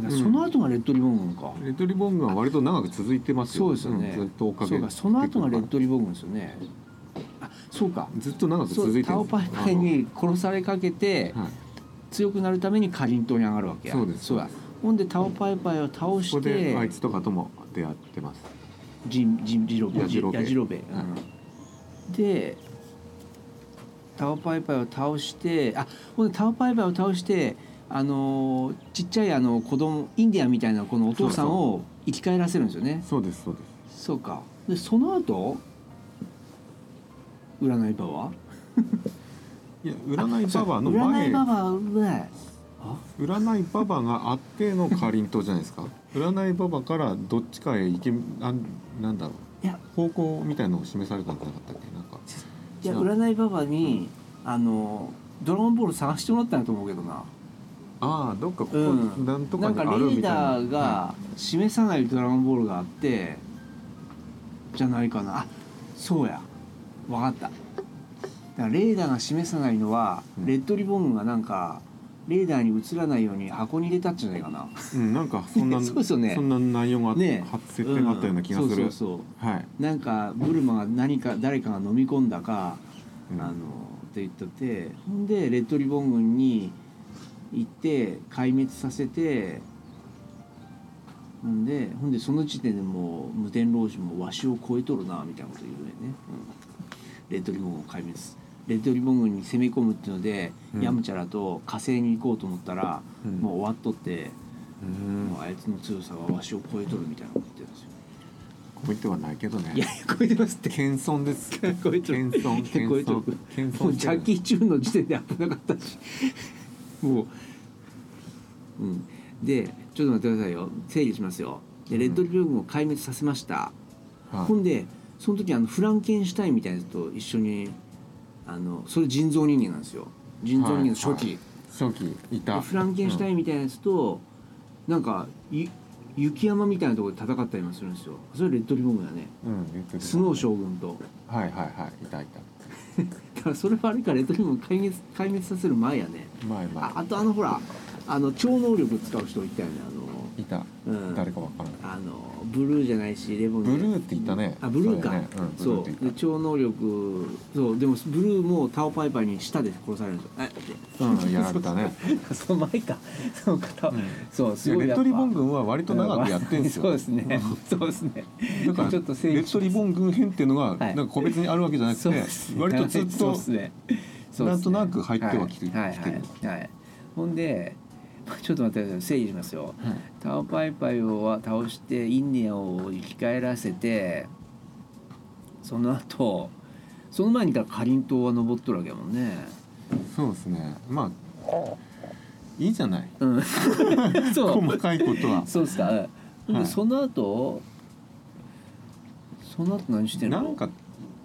S2: だから
S1: うん
S2: その後がレッドリボン軍か、
S1: レッドリボン軍は割と長く続いてますよ
S2: そうですよね
S1: んずっと追っか
S2: そ
S1: け
S2: うかその後がレッドリボン軍ですよねあそうか
S1: ずっと長く
S2: そ
S1: 続いうてる
S2: タオパイパイに殺されかけて
S1: は
S2: 強くなるためにかりんとうに上がるわけ
S1: い
S2: や
S1: そうです
S2: そうやほんでタオパイパイを倒
S1: ここ
S2: し
S1: であい
S2: て
S1: つとかとも出会ってます
S2: ジンジンジロベ
S1: ヤジロベ
S2: ヤジロベ、うん
S1: は
S2: でタオパイパイを倒してあほんでタオパイパイを倒してあのーちっちゃいあの子供インディアンみたいなこのお父さんを生き返らせるんですよね
S1: そうですそうで
S2: そうかでその後占い場は
S1: すいや占いババアの
S2: あ
S1: 前
S2: 占いババアねあ
S1: 占いババアがあって のかりんとうじゃないですか占いババアからどっちかへ行けあなんだろ
S2: いや
S1: う方向みたいのを示されたんじゃなかったっけなんか
S2: いや
S1: 違う
S2: 占いババアにあのドラゴンボール探してもらったんやと思うけどな
S1: ああどっかここ、
S2: うん
S1: なんと
S2: な
S1: か
S2: ん
S1: にあ
S2: かリ
S1: るみ
S2: ー
S1: たいな
S2: ダーが示さないドラゴンボールがあってじゃないかなあそうや分かっただからレーダーが示さないのは
S1: うん
S2: レッドリボンがなんかレーダーに映らないように箱に入れたんじゃない かな
S1: うん、なんか そんな
S2: そうですよね
S1: そんな内容があって、
S2: ね
S1: は設定があったような気がする、
S2: うんそうそうそ
S1: はい、
S2: うなんかブルマが何か誰かが飲み込んだか
S1: うん
S2: あのって言っとってほんでレッドリボン軍に行って壊滅させてほんでほんでその時点でもう無天老師もわしを超えとるなみたいなこと言うよね、レッドリボンを壊滅レッドリボン軍に攻め込むっていうので、
S1: うん
S2: ヤムチャラと火星に行こうと思ったら、
S1: うん
S2: もう終わっとって、
S1: うん
S2: もうあいつの強さはわしを超えとるみたいなこと言ってるんですよ。
S1: コメントはないけどね
S2: いやいや超えてますって
S1: 謙遜 です謙
S2: 超えてる
S1: 遜
S2: いや
S1: 謙
S2: 超えてる
S1: 遜謙
S2: もう
S1: 遜
S2: ジャッキー・チューンの時点で危なかったしもううんでちょっと待ってくださいよ整理しますよでレッドリボン軍を壊滅させました、
S1: はい
S2: ほんでその時あのフランケンシュタインみたいなやつと一緒にあのそれ人造人間なんですよ人造人間の初期、
S1: 初期い
S2: で
S1: た
S2: フランケンシュタインみたいなやつと、なんかゆ雪山みたいなところで戦ったりもするんですよそれレッドリボン軍だね
S1: うん、うん、レッドリボン
S2: スノー将軍と
S1: はいはいはいいたいた
S2: だからそれはあれかレッドリボン壊滅壊滅させる前やね
S1: 前
S2: あ
S1: 前
S2: あとあのほらあの超能力使う人いたよね
S1: いた
S2: あの、うん、
S1: 誰かわからない
S2: あのブルーじゃないしレボン
S1: ブルーっていたね
S2: あブルーか
S1: そうだねうん
S2: そう,、
S1: ブルーってい
S2: で超能力そうでもブルーもタオパイパイに舌で殺されるんですよえ
S1: うんやられたね
S2: その前かその方、
S1: うん
S2: そうす
S1: いや
S2: ごい
S1: レ
S2: や
S1: ッ
S2: っ
S1: ド
S2: ぱ
S1: リボン軍は割と長くやってんです
S2: そう
S1: よ
S2: ですねそうですね
S1: だから
S2: ち
S1: レ
S2: ょっと整理し
S1: ッドリボン軍編っていうのが
S2: は
S1: ないんか個別にあるわけじゃなくて
S2: そうですね
S1: 割とずっ
S2: そう
S1: と
S2: ですねそうですね
S1: なんとなく入ってはきて
S2: はいはい
S1: きてる
S2: はいはいほんでまあちょっと待ってください整理しますよタオパイパイを倒してインディアンを生き返らせてその後その前にだからかりんとうは登っとるわけやもんね
S1: そうですねまあいいじゃない
S2: うん そう
S1: 細かいことは
S2: そうですか、ほん
S1: はい
S2: でその後その後何してんの
S1: なんか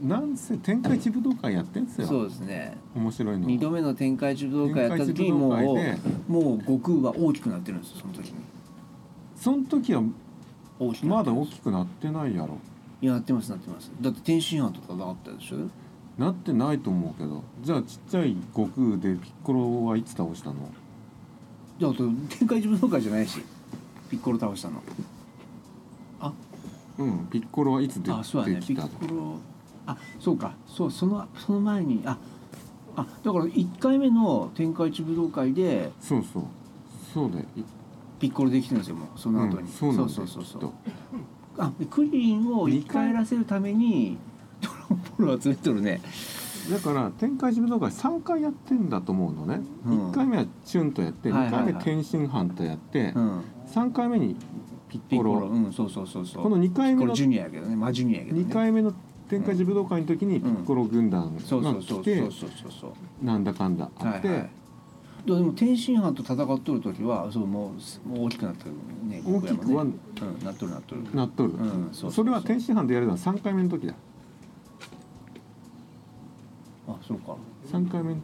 S1: なんせ天下一武道会やってんす
S2: そ
S1: よ
S2: うですね
S1: 面白いの
S2: 2度目の天下一武道会やった時に
S1: 天
S2: も
S1: 下一武道会で
S2: うもう悟空は大きくなってるんですよその時に
S1: その時は
S2: 大きくな
S1: ま
S2: って
S1: だ
S2: る
S1: 大きくなってないやろ
S2: いやなってますなってますだって天津飯とかなかったでしょ
S1: なってないと思うけどじゃあちっちゃい悟空でピッコロはいつ倒したの
S2: だって天下一武道会じゃないしピッコロ倒したのあ
S1: うんピッコロはいつ出
S2: あそうや
S1: て
S2: ね
S1: き
S2: ピ
S1: たの
S2: ッコロあそうかそうそのその前にああだから1回目の天下一武道会で
S1: そうそうそうだよい
S2: ピッコロできてるんですよもうその後に、
S1: うんそうなんだ
S2: そう
S1: よ
S2: そ
S1: き
S2: うそ
S1: っ
S2: うそう
S1: と
S2: あでクリリンを生き返らせるためにドラゴンボールを集めとるね
S1: だから天下一武道会3回やってんだと思うのね、一
S2: うん
S1: 1回目はチュンとやって
S2: はいは
S1: 2
S2: いは
S1: 回
S2: い
S1: 目天津飯とやって、
S2: うん
S1: 三3回目にピッ
S2: ピッ
S1: コ
S2: コ
S1: ロ
S2: ロうんそうそうそうそう
S1: この2回
S2: こ
S1: 目
S2: れ
S1: の
S2: ジュニアやけどねまあジュニアやけどね
S1: 二回目の天下一武道会の時にピッコロ軍団
S2: そうそ
S1: が
S2: う
S1: 来
S2: そうそ
S1: て
S2: うそうそうそう
S1: なんだかんだあって、
S2: はいはいでも天津飯と戦っとる時はそうもうもう大きくなってるね
S1: 大きくは
S2: ねうん、なっとるなっとる
S1: なっとる、
S2: うんそうそうそう
S1: それは天津飯でやるのは3回目の時だ
S2: あそうか
S1: 3回目違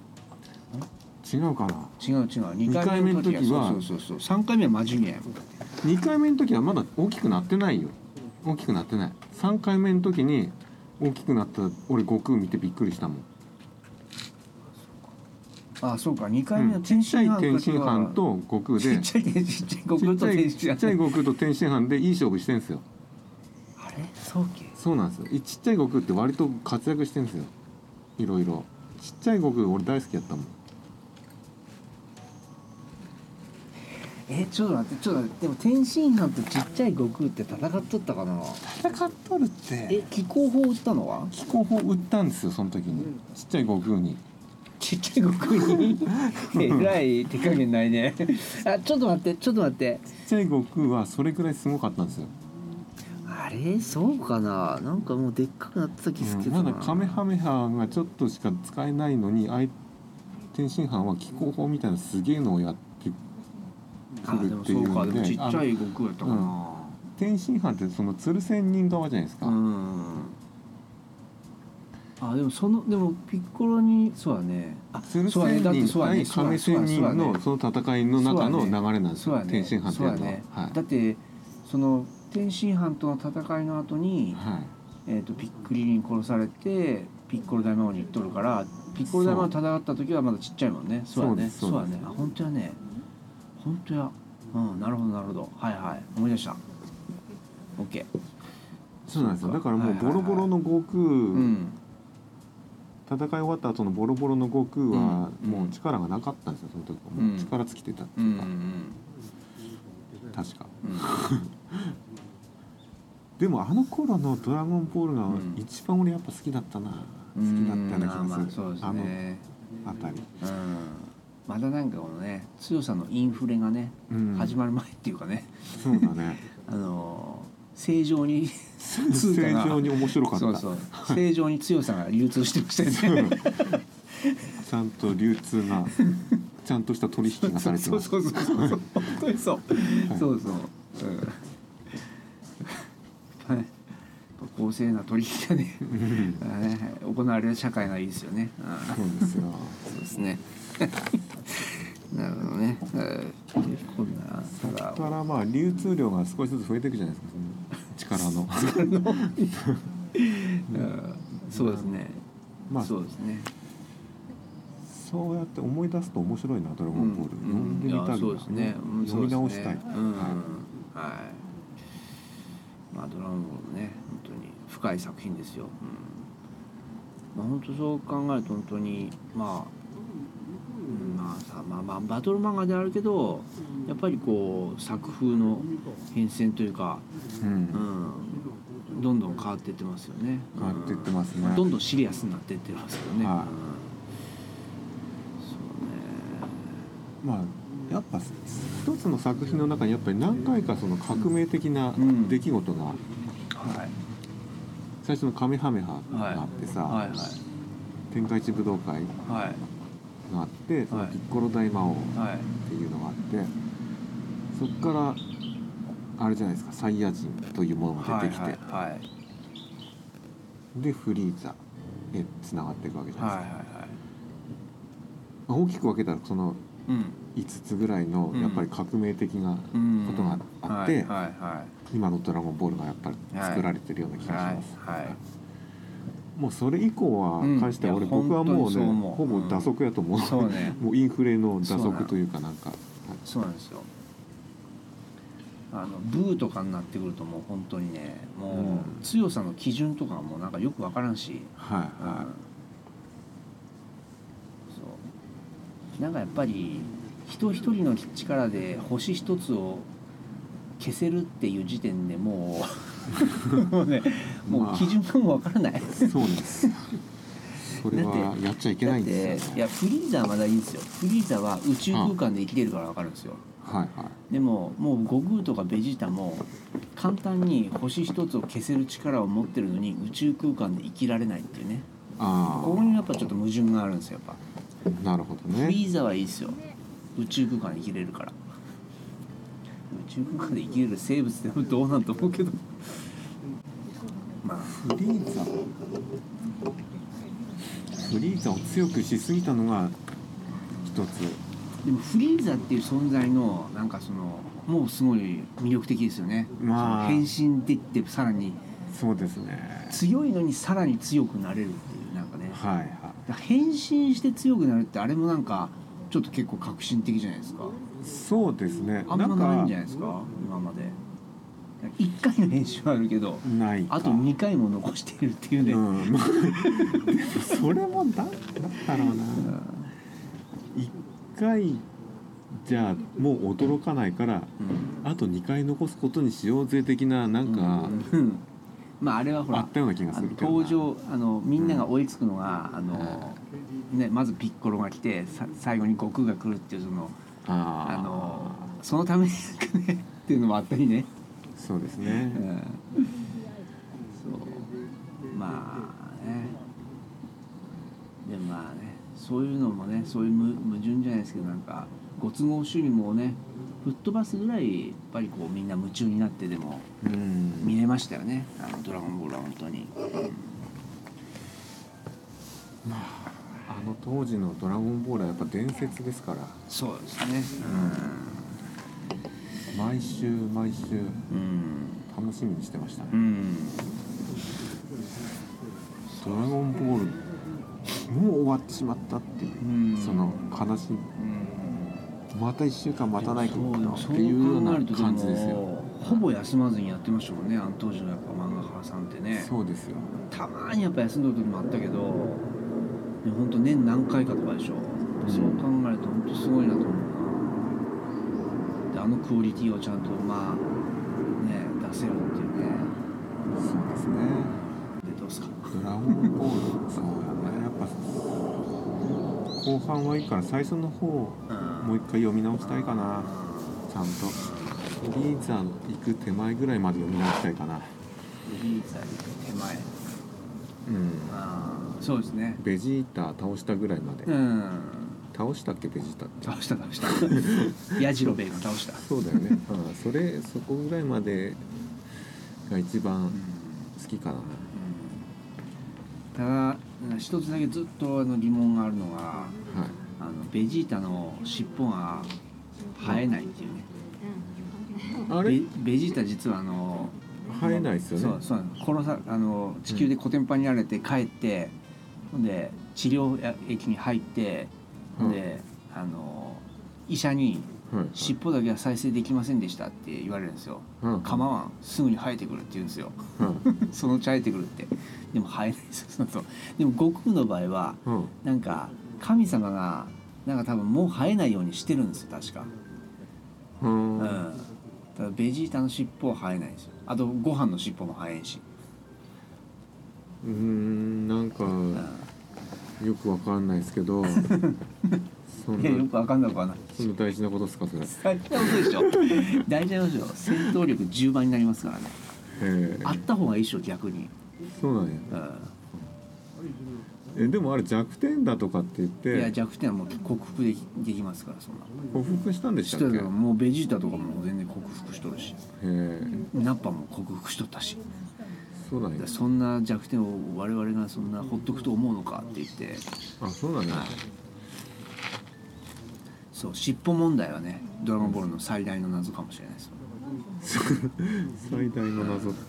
S1: うかな
S2: 違う違う二回目の時は
S1: 二回目の時は
S2: そうそうそうそう三回目はマジュニアやもん
S1: 2回目の時はまだ大きくなってないよ大きくなってない3回目の時に大きくなった俺悟空見てびっくりしたもん
S2: あそうか二回目
S1: う
S2: は
S1: んちっ
S2: 天
S1: ち
S2: 津
S1: ゃい
S2: 飯
S1: 天津飯と悟空
S2: ち
S1: で
S2: っちゃいねちっちゃい悟
S1: ち
S2: 空
S1: っち
S2: と
S1: ゃ
S2: 天
S1: いち
S2: 津飯
S1: っちゃい悟空と天津飯でいい勝負してんすよ
S2: あれそうけ
S1: そうなんですよいちっちゃい悟空って割と活躍してんすよいろいろちっちゃい悟空俺大好きやったもん
S2: えちょっと待ってちょっと待ってでも天津飯とちっちゃい悟空って戦っとったかな
S1: 戦っとるっ
S2: え気候法を打ったのは
S1: 気候法売ったんですよその時にちっちゃい悟空に
S2: ちっちゃい悟空にえ らい手加減ないねあちょっと待ってちょっと待って
S1: ちっちゃい悟空はそれくらいすごかったんですよ、
S2: あれそうかななんかもうでっかくなってた気するけどな、
S1: まだカメハメハがちょっとしか使えないのにあい天津飯は気候法みたいなすげえのをやって
S2: あでもそうかでもちっちゃい悟空やったかな
S1: 天津飯ってその鶴仙人側じゃないですか、
S2: うんあでもそのでもピッコロにそうだねあ
S1: 鶴
S2: そうだね
S1: 仙
S2: だって
S1: 人
S2: そうだ
S1: 対
S2: ねそう
S1: 亀
S2: だねそうだ
S1: 仙
S2: ね
S1: 人のその戦いの中の流れなんです
S2: そう
S1: よ、
S2: だね
S1: 天津飯って
S2: そう
S1: や
S2: だ
S1: るのは、
S2: ね
S1: はい
S2: だってその天津飯との戦いの後に、
S1: はい
S2: えー、とピックリリン殺されてピッコロ大魔王に行っとるからピッコロ大魔王と戦った時はまだちっちゃいもんねそうだね
S1: そですそ
S2: そうう
S1: う
S2: だ
S1: です
S2: ねあ本当やね本当やうんなるほどなるほどはいはい思い出した OK
S1: そうなんですよ
S2: そう
S1: だ
S2: か
S1: からもうボロボロの悟空、
S2: うん
S1: 戦い終わった後のボロボロの悟空は
S2: うん
S1: もう力がなかったんですよその時
S2: うん
S1: もう力尽きてたって
S2: うんう
S1: いうか、
S2: ん
S1: 確か
S2: うん
S1: でもあの頃の「ドラゴンボール」が
S2: うん
S1: 一番俺やっぱ好きだったな、好きだったような気がする
S2: うんまあまあそうですね
S1: あたり、
S2: うんまだなんかこのね強さのインフレがね、
S1: うん、
S2: 始まる前っていうかね
S1: そうだね
S2: あのー正 常に 通貨
S1: 正
S2: が
S1: 常に面白かった
S2: そうそう正常に強さが流通してましたよね
S1: ちゃんと流通 がちゃんとした取引がされて
S2: そう
S1: ます
S2: そうそうそうそう本当にそう、
S1: はい
S2: そうそう、うんはい公正な取引がね
S1: うん
S2: あね行われる社会がいいですよね、うん
S1: そうですよ
S2: そうですね。 なるほどね。うんこんな
S1: そこ
S2: ただ
S1: からまあ流通量が少しずつ増えていくじゃないですかその力の
S2: うんそうですね。
S1: まあ
S2: そうですね。
S1: そうやって思い出すと面白いな「ドラゴンボール」読んでみ
S2: い
S1: た
S2: や
S1: い
S2: そうですね。うん
S1: 読み直したい、
S2: そうですねう
S1: は
S2: ん
S1: い
S2: はい。まあドラゴンボールね本当に深い作品ですよ。うんまあ本当そう考えると本当にまあ。うんまあさまあ、まあバトル漫画であるけどやっぱりこう作風の変遷というか
S1: うん
S2: うんどんどん変わっていってますよね
S1: 変わっていってますね
S2: うんどんどんシリアスになっていってますよね、
S1: はい
S2: うん
S1: まあやっぱ一つの作品の中にやっぱり何回かその革命的な
S2: うん
S1: 出来事が
S2: そうね
S1: 最初のカメハメハがあってさ、
S2: はいはい
S1: 天下一武道会
S2: はい
S1: があってその
S2: はい
S1: ピッコロ大魔王っ
S2: はいはい
S1: ていうのがあってそっからあれじゃないですかサイヤ人というものが出てきて、
S2: はいはいはい
S1: でフリーザへ繋がっていくわけじゃないです
S2: はい
S1: か、
S2: はいはい
S1: まあ大きく分けたらその
S2: うん
S1: 5つぐらいのやっぱり革命的な
S2: うん
S1: ことがあって
S2: はいは
S1: 今の「ドラゴンボール」がやっぱり作られてるような気
S2: い
S1: が
S2: はい
S1: します。
S2: はいはい
S1: もうそれ以降は
S2: うん
S1: 関しては俺、
S2: いや
S1: 僕はも
S2: 本当
S1: うね
S2: にそう思う
S1: ほぼ打足やと思う、
S2: そうね
S1: もうインフレの打
S2: そうな
S1: 足
S2: の
S1: というかなんか
S2: そうなんですよあのブーとかになってくるともう本当にねも
S1: うん
S2: う強さの基準とかもうなんかよくわからんし
S1: はいは
S2: そうなんかやっぱり人一人の力で星一つを消せるっていう時点でも うもうねも
S1: ま
S2: う
S1: あ
S2: 基準がもう分からない
S1: い、そう ですそれ
S2: だ
S1: は
S2: っ
S1: やっちゃいけないんです
S2: だ
S1: よ、
S2: っていや
S1: ね、
S2: フリーザはまだいいんですよフリーザは宇宙空間で生きてるから分かるんですよ
S1: はいは
S2: でももう悟空とかベジータも簡単に星一つを消せる力を持ってるのに宇宙空間で生きられないっていうね
S1: いあ
S2: ここにやっぱちょっと矛盾があるんですよやっぱ
S1: あなるほど
S2: フ
S1: ね
S2: リーザはいいですよ宇宙空間に生きれるから宇宙空間で生きれる生物ってどうなんと思うけどま
S1: フリーザフリーザを強くしすぎたのが一つ
S2: あでもフリーザっていう存在のなんかそのもうすごい魅力的ですよね、
S1: まあ
S2: その変身でってさらに
S1: そうですね
S2: 強いのにさらに強くなれるっていうなんかね
S1: はいはい
S2: 変身して強くなるってあれもなんかちょっと結構革新的じゃないですか
S1: そうですね
S2: あんまないんじゃないですか今まで1回の変身はあるけど
S1: ないか
S2: あと2回も残しているっていうね、
S1: うん、まあでもそれもだだったろうな1回じゃあもう驚かないから
S2: うん
S1: あと2回残すことにしようぜ的ななんか
S2: うんまああれはほ
S1: あ
S2: ら
S1: ったような気が
S2: あ
S1: す
S2: の
S1: るけどな
S2: 登場あのみんなが追いつくのが、あのね、まずピッコロが来てさ最後に悟空が来るっていうその
S1: あ
S2: あ
S1: あ
S2: のそのためになんかねっていうのもあったりね、
S1: そうです
S2: う
S1: ね
S2: ん、そうまあねでもまあねそういうのもねそういうむ矛盾じゃないですけどなんかご都合主義もね吹っ飛ばすぐらいやっぱりこうみんな夢中になってでも
S1: うん、
S2: 見れましたよねあのドラゴンボールは本当に、
S1: あの当時の「ドラゴンボール」はやっぱ伝説ですから
S2: そうですね
S1: 毎週毎週
S2: うん
S1: 楽しみにしてましたね
S2: うん、うん、
S1: ドラゴンボール」もう終わってしまったっていう、
S2: うん
S1: その悲しみまた1週間待たないとなっていうような感じですよ
S2: ほぼ休まずにやってましたもんねあの当時のやっぱ漫画家さんってね
S1: そうですよ
S2: たまにやっぱ休んでる時もあったけどでも本当年何回かとかでしょ、そう考えると本当すごいなと思うなであのクオリティをちゃんとまあね出せるっていうね
S1: そうですね
S2: でどうですか
S1: ドラゴンボールそうやねやっぱ後半はいいから最初の方も
S2: うん
S1: う一回読み直したいかなちゃんとフリーザーの行く手前ぐらいまで読み直したいかな
S2: リーザーより手前
S1: うん
S2: あーそうですね
S1: ベジータ倒したぐらいまで、
S2: うん
S1: 倒したっけベジータって
S2: 倒した倒した矢次郎兵衛が倒した、
S1: そうだよね、うん、それそこぐらいまでが一
S2: う
S1: 番
S2: ん
S1: 好きかな
S2: ただ一つだけずっとあの疑問があるのが
S1: はい
S2: あのベジータの尻尾が生えないっていうね
S1: あれ
S2: ベベジータ実はあの
S1: 生えないですよね
S2: そうそう殺さあの地球でコテンパンにやられて帰って、ほんで治療液に入って、ほんであの医者に
S1: はい
S2: 尻尾だけは再生できませんでしたって言われるんですよ
S1: うん
S2: 構わんすぐに生えてくるって言うんで すよ
S1: うん
S2: そのうち生えてくるってでも生えないですよその後でも悟空の場合は
S1: うん
S2: なんか神様がなんか多分もう生えないようにしてるんですよ確か、
S1: うん
S2: う
S1: うんん
S2: ただベジータの尻尾は生えないんですよあとご飯の尻尾も生えんし、
S1: うーんなんか
S2: うん
S1: よくわかんないですけ どそん
S2: いやよ
S1: な
S2: くわかんなくはない
S1: その大事なことですかそれ、
S2: 大事なことでしょ 大事なことでしょ戦闘力10倍になりますからね
S1: え
S2: あっ
S1: ー、
S2: た方がいいでしょ逆に、
S1: そうなんや
S2: う
S1: えでもあれ弱点だとかって言っ
S2: ん、いや
S1: て
S2: 弱点はもう克服できできますからそんな
S1: 克服したんでし
S2: したて
S1: っ
S2: る
S1: け
S2: けどもうベジータとかも全然克服しとるし
S1: えー、
S2: ナッパも克服しとったし
S1: そうなんや
S2: そんな弱点を我々がそんなほっとくと思うのかって言って
S1: あそうなんや
S2: そう尻尾問題はね「ドラゴンボール」の最大の謎かもしれないです
S1: 最大の謎って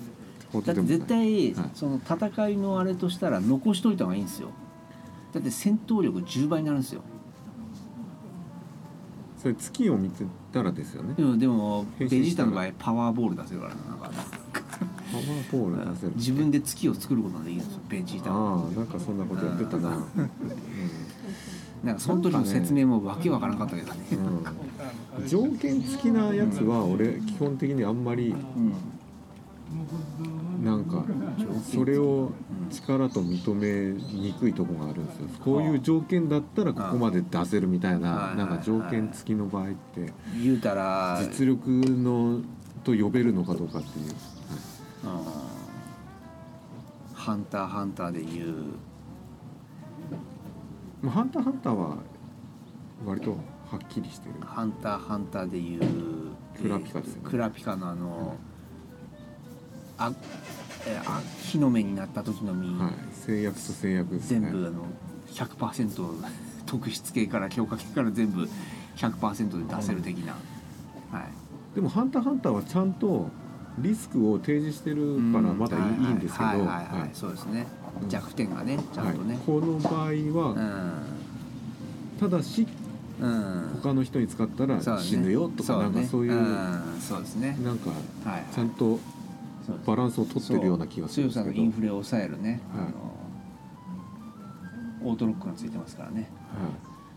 S1: ことで
S2: だって
S1: もない
S2: 絶対
S1: はい
S2: その戦いのあれとしたら残しといた方がいいんですよだって戦闘力10倍になるんですよ
S1: それ月を見てたらですよね
S2: でもでも
S1: 変
S2: ベ
S1: 身
S2: ジータの
S1: した
S2: 場合パワーボール出せるからななん
S1: パ
S2: か
S1: ワーボール出せる
S2: 自分で月を作ることができるんですよベジータは
S1: ああなんかそんなことやってたな、
S2: なんかその時の説明もわけわからなかったけどね
S1: うん、条件付きなやつは俺基本的にあんまり
S2: うん
S1: なんかそれを力と認めにくいとこがあるんですよこういう条件だったらここまで出せるみたいな
S2: うん
S1: なんか条件付きの場合って
S2: 言うたら
S1: 実力のと呼べるのかどうかっていう
S2: うんハンターハンターで言う
S1: まあハンターハンターは割とはっきりしてる
S2: ハンターハンターで言う
S1: クラピカですよね
S2: クラピカのあの、あえあ火の目になった時の実、
S1: はい、制約と制約ですね
S2: 全部あの100% 特筆系から強化系から全部100%で出せる的な、はい
S1: でも「ハンターハンター」はちゃんとリスクを提示してるからまだいい,、
S2: はい
S1: んですけど、
S2: は
S1: はいい
S2: はいはい、そうですね
S1: うん
S2: 弱点がねちゃんとね
S1: はい、この場合は、ただし
S2: うん、うん、
S1: 他の人に使ったら
S2: そうだね
S1: 死ぬよとか、なんかそういう、
S2: んそうですね
S1: なんか
S2: はいはい
S1: ちゃんと
S2: そうです
S1: バランスを取ってるような気がするん
S2: 強
S1: です
S2: さ
S1: け
S2: の
S1: ど、
S2: イ
S1: は
S2: ン
S1: い
S2: フレを抑えるね、
S1: はい
S2: あのオートロックがついてますからね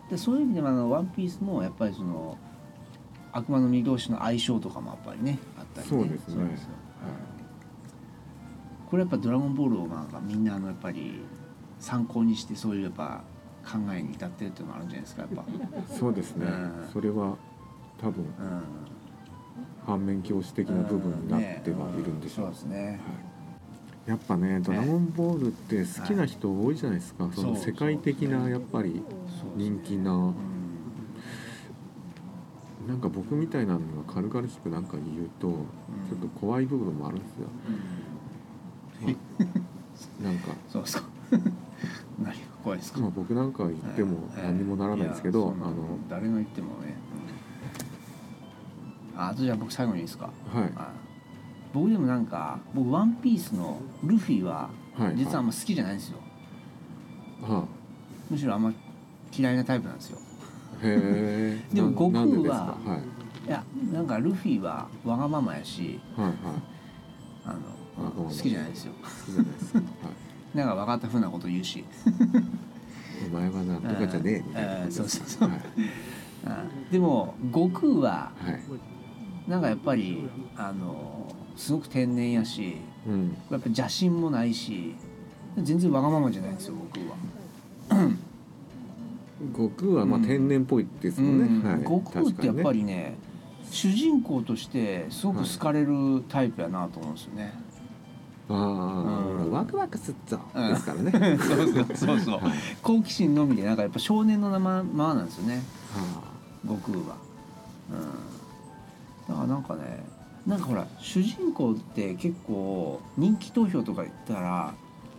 S2: でそういう意味でもあの「ワンピースもやっぱりその悪魔の実同士の相性とかもやっぱりねあったりね
S1: そうですね
S2: よこれやっぱ「ドラゴンボール」をなんかみんなあのやっぱり参考にしてそういうやっぱ考えに至ってるっていうのがあるんじゃないですかや っぱ、
S1: そうですね、
S2: うん
S1: それは多分
S2: うん、
S1: 反面教師的な部分になってはいるんでしょう、
S2: ねそうですね
S1: はいやっぱね「ドラゴンボール」って好きな人多いじゃないですか、その
S2: そう
S1: 世界的
S2: そう
S1: なやっぱり
S2: そうですね
S1: 人気な
S2: うん
S1: なんか僕みたいなのが軽々しくなんか言うとちょっと怖い部分もあるんですよ、まあなんか、
S2: そうですか 何が怖いですか、
S1: まあ、僕なんか言っても
S2: ええ
S1: 何にもならないですけど、
S2: やそんな誰が言ってもね、うんああとじゃあ僕最後にいいですか
S1: あのはい
S2: あ僕でもなんか僕「ワンピースのルフィは
S1: はい
S2: 実はあんま好きじゃないんですよ、
S1: は
S2: むしろあんま嫌いなタイプなんですよ
S1: あ、へえ
S2: でも悟空
S1: な
S2: は
S1: んでですかはい
S2: いやなんかルフィはわがままやし
S1: はいはい
S2: あの
S1: わがまま
S2: 好きじゃないんですよ
S1: 好きじゃないですか、はい、
S2: なんか分かったふうなこと言うし
S1: お前はなんとかじゃねえみたいな
S2: え
S1: こ
S2: ー
S1: と
S2: そう
S1: です
S2: そうそう、
S1: はい
S2: うんでも悟空は
S1: はい
S2: なんかやっぱりあのすごく天然やし
S1: うん
S2: やっぱ邪心もないし全然わがままじゃないんですよ僕は。
S1: 悟空はまあ
S2: うん
S1: 天然っぽいです
S2: う
S1: もんね、
S2: ん
S1: はい、
S2: 悟空ってやっぱりね主人公としてすごく好かれるタイプやなと思うんですよね。
S1: ああ、
S2: うん
S1: ワクワクすっぞ、
S2: うん
S1: ですからねは
S2: そうそうそう そう
S1: はい
S2: 好奇心のみでなんかやっぱ少年のままままなんですよね
S1: あ
S2: 悟空は。うん、だからなんかねなんかほら主人公って結構人気投票とか言ったら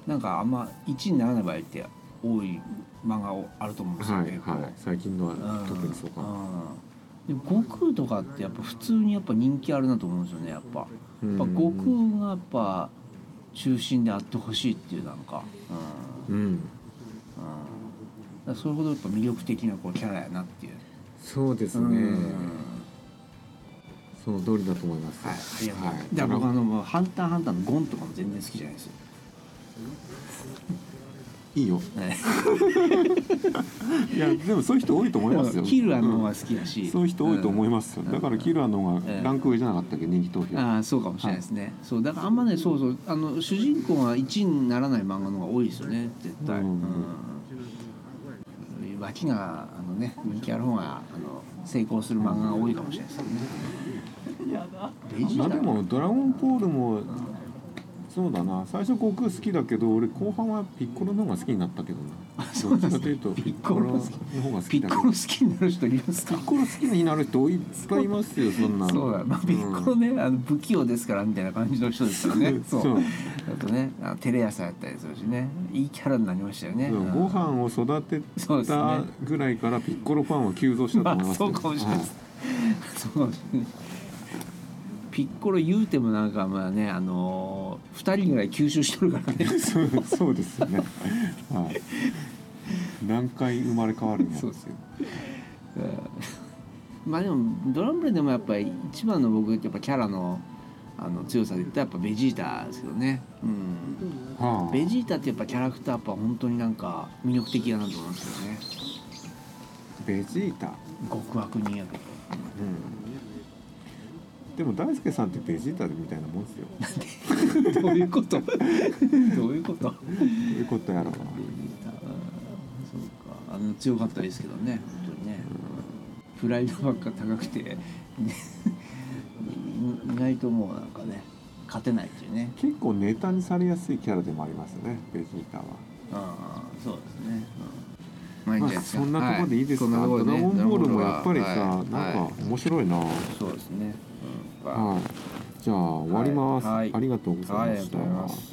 S2: なんかあんま1位にならない場合って多い漫画をあると思うんですよ、
S1: はい
S2: 結構
S1: はい最近のは特にそうかな、
S2: うんでも悟空とかってやっぱ普通にやっぱ人気あるなと思うんですよねやっぱや
S1: うん
S2: っぱ悟空がやっぱ中心であってほしいっていうなんか、うん
S1: うん
S2: うん、だからそれほどやっぱ魅力的なこうキャラやなっていう
S1: そうです
S2: う
S1: ね、
S2: ん
S1: その通りだと思います
S2: はい、ありがとうございます。
S1: だ
S2: だ
S1: か
S2: からら僕あのもうハンターハンターのゴンとかも全然好きじゃないですよ。
S1: いいよいやでもそういう人多いと 思いますよ
S2: キルアの方
S1: う
S2: が
S1: ん
S2: 好きだし、
S1: そういう人多いと思い
S2: ま
S1: ますよ、
S2: うん
S1: だからキルアの方
S2: う
S1: が
S2: ん
S1: ランク上じゃなかったっけ人気投票、
S2: ああ、そうかもしれないですね。そうだからあんまね、そうそうあの主人公が一位にならない漫画の方が多いですよね、絶対。
S1: う
S2: うんん。脇があのね人気ある方があの成功する漫画が多いかもしれないですよね。ベジー
S1: まあ
S2: タ
S1: でも「ドラゴンボール」もそうだな最初悟空好きだけど俺後半はピッコロの方が好きになったけどな
S2: そうなん
S1: ど
S2: で
S1: っち
S2: す
S1: かというと
S2: ピ
S1: ピ
S2: ッ
S1: ッ
S2: コ
S1: コ
S2: ロ
S1: ロ
S2: が
S1: の
S2: 好き
S1: 方が好きだ
S2: ピッコ
S1: け
S2: ロ
S1: ど
S2: 好きになる人います
S1: ピ
S2: か
S1: ッ。コロ好きになる人いっぱいいますよそんな
S2: そうだ、まあ、ピッコロね、あの不器用ですからみたいな感じの人ですからね。
S1: そ
S2: そうう。あとね、あのテレ朝やったりするしね、いいキャラになりましたよね。
S1: うん
S2: う
S1: ご
S2: ん
S1: 飯を育て
S2: そうですね
S1: たぐらいからピッコロファンは急増したと思いますよ
S2: まあそうかもしれないです そうかもしれないピッコロ言うてもなんかまあね、あのー二人ぐらい吸収しとるからね。
S1: そうそうですよね。はい。何回生まれ変わるの。
S2: そうですよ。まあでもドランブレでもやっぱり一番の僕やっぱキャラのあの強さで言ったらやっぱベジータですけどね。うん。
S1: はあ。
S2: ベジータってやっぱキャラクターやっぱ本当になんか魅力的だなと思うんですよね
S1: ベジータ。
S2: 極悪人や
S1: う
S2: け
S1: ん。でも大輔さんってベジータみたいなもんですよ。
S2: どどういうこと どういうこと
S1: どういうことやろうな。
S2: ベジータうんそうかあの強かったですけどね本当にねプライドばっか高くて 意外ともうなんかね勝てないっていうね
S1: 結構ネタにされやすいキャラでもありますね。ベジータは。
S2: ああそうですね、うん、まあいい
S1: ま
S2: ん
S1: あ
S2: じゃないですか
S1: そんなところでいいですか。
S2: はそんなとこ
S1: ド
S2: ろで
S1: ラ
S2: ね
S1: ゴンボールもやっぱりさ、
S2: ドラゴンボールは
S1: なん
S2: は
S1: か面白いな。はい
S2: そうですね、うん
S1: い。じゃあ終わります。
S2: はい
S1: ありがとうござ
S2: はいい、
S1: ま
S2: ありが
S1: し
S2: と
S1: た。
S2: うございます。